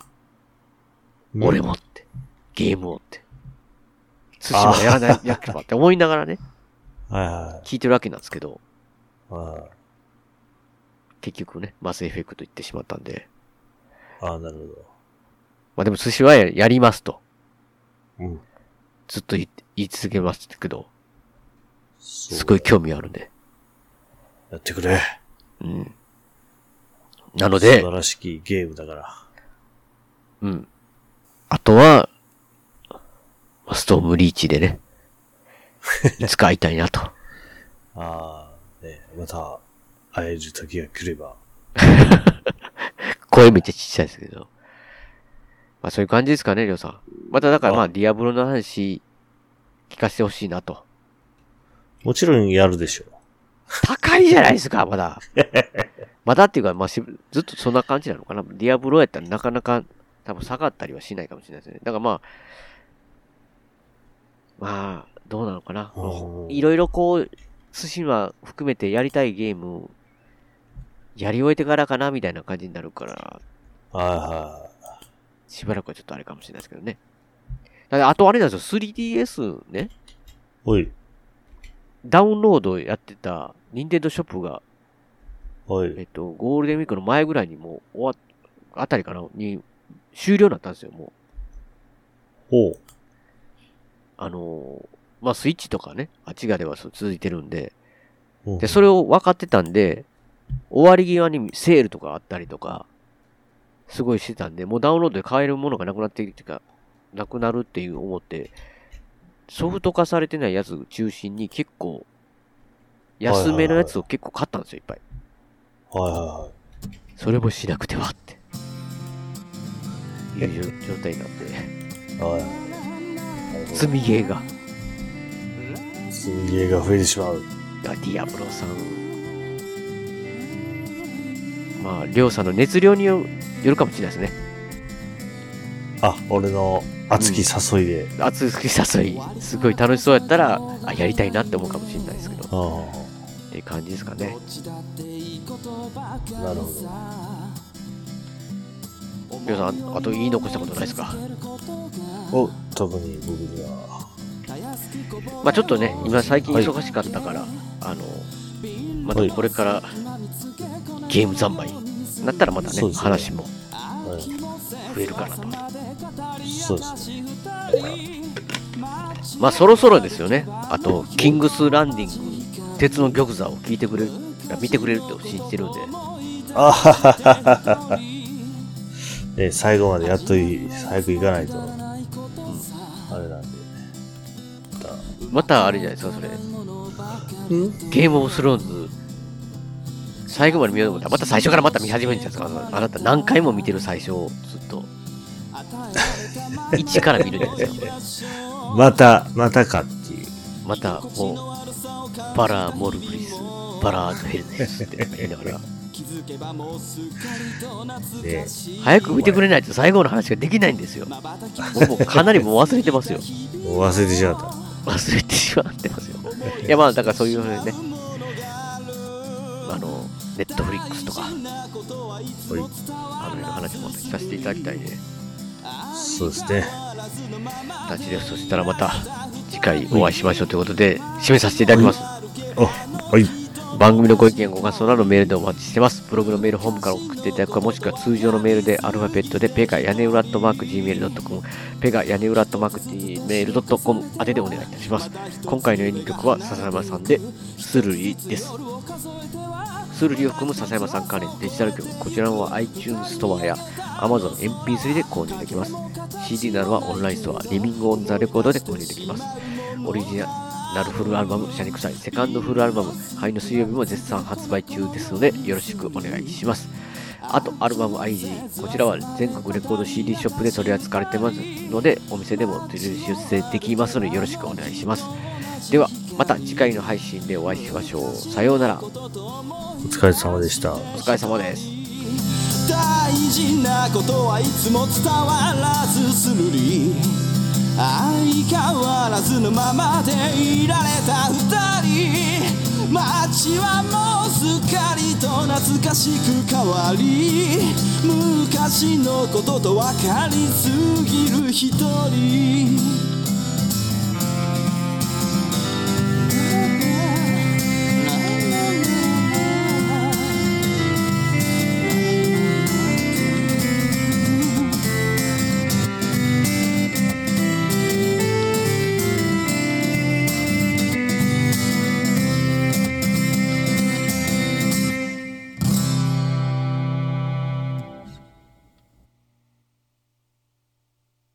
い。
俺もって。ゲームをって。寿司もやらない、やっばって思いながらね、
はいは
聞いてるわけなんですけど、
い。はい
結局ね、マスエフェクト行ってしまったんで。
ああ、なる
まあでも寿司はややりますと。
ほど。うん。
ずっと言って言い続けますけど、
す
すごい興味あるんで。
やってくれ。
うん。なの
素
で
晴、らしきゲームだから。
うん。あとは、ストームリーチでね、いつか会いたいなと。
ああ、ね、また会える時が来れば。
声めっちゃちっちゃいですけど。まあそういう感じですかね、りょうさん。まただからまあ、ディアブロの話、聞かせてほしいなと。
もちろんやるでしょ
高いじゃないですか、まだ。まだっていうか、まあし、ずっとそんな感じなのかな。ディアブロやったらなかなか多分下がったりはしないかもしれないですね。だからまあ、まあ、どうなのかな。
う。
いろいろこう、寿司は含めてやりたいゲーム、やり終えてからかな、みたいな感じになるから、
はいは
しばらくはちょっとあれかもしれないですけどね。だからあとあれなんですよ、3DS ね、
い。おい、
ダウンロードやってた、任天堂ショップが、
お
え
い。
っと、ゴールデンウィークの前ぐらいにもう終わっ、あたりかな、に、終了になったんですよ、もう。
おう。
あのーまあ、スイッチとかね、あっち側ではそう続いてるんで、
うん
で、それを分かってたんで、終わり際にセールとかあったりとか、すごいしてたんで、もうダウンロードで買えるものがなくなってるっていうか、なくなるっていう思って、ソフト化されてないやつ中心に結構、安めのやつを結構買ったんですよ、いっぱい。
はいは
それもしなくてはって。いう状態になって、
いはい。は
積みゲーが。
い。すげえが増えてしまう。
ディアブロさん。まあ、りょうさんの熱量によよるかもしれないですね。
あ、俺の熱き誘いで。
熱く誘い、すごい楽しそうやったら、あ、やりたいなって思うかもしれないですけど、っ
あ
ていう感じですかね。
あ、なるほど。
りょうさん、あと言い残したことないですか
お、特に僕には。
まあちょっとね、今最近忙しかったから、あの、またこれから、ゲーム三昧になったらまたね、
そうですね
話も
は
増えるかなと。
い。そうですね。
まあそろそろですよね。あと、キングスランディング、鉄の玉座を聞いてくれる、あ見てくれるって信じてるんで、
あはははは。ね、最後までやっとい、早く行かないと。あれなんで。
またあれじゃないですか、それ。
ん
ゲームオブスローンズ、最後まで見ようと思ったら、また最初からまた見始めるんじゃないですか。あのあなた何回も見てる最初をずっと。一から見るんじゃないですか。
また、またかっていう。
また、もう、バラー・モルグリス、バラー・ヘルネスって言いながら、
ね、
早く見てくれないと最後の話ができないんですよ。僕もかなりもう忘れてますよ。
もう忘れてしまった。
忘れてしまってますよ。いやまあだからそういうふうにね、あの、ネットフリックスとか、
はい
あの辺の話もまた聞かせていただきたいね。
そうですね。
感じです。そしたらまた次回お会いしましょうということで、締めさせていただきます。
あ、はい。
番組のご意見、ご感想などメールでお待ちしてます。ブログのメールホームから送っていただくか、もしくは通常のメールでアルファベットでペガヤネウラットマーク Gmail.com、ペガヤネウラットマーク Gmail.com 宛てでお願いいたします。今回の演技曲は笹山さんで、スルリです。スルリを含む笹山さん関連デジタル曲、こちらは iTunes ストアや Amazon MP3 で購入できます。CD などはオンラインストア、リミングオンザレコードで購入できます。オリジナルフルアルバム、シャニクサイ、セカンドフルアルバム、灰の水曜日も絶賛発売中ですので、よろしくお願いします。あと、アルバム ID、こちらは全国レコード CD ショップで取り扱われてますので、お店でも出生できますので、よろしくお願いします。では、また次回の配信でお会いしましょう。さようなら。
お疲れ様でした。
お疲れ様です。
大事なことはいつも伝わらずするり相変わらずのままでいられた二人街はもうすっかりと懐かしく変わり昔のことと分かりすぎる一人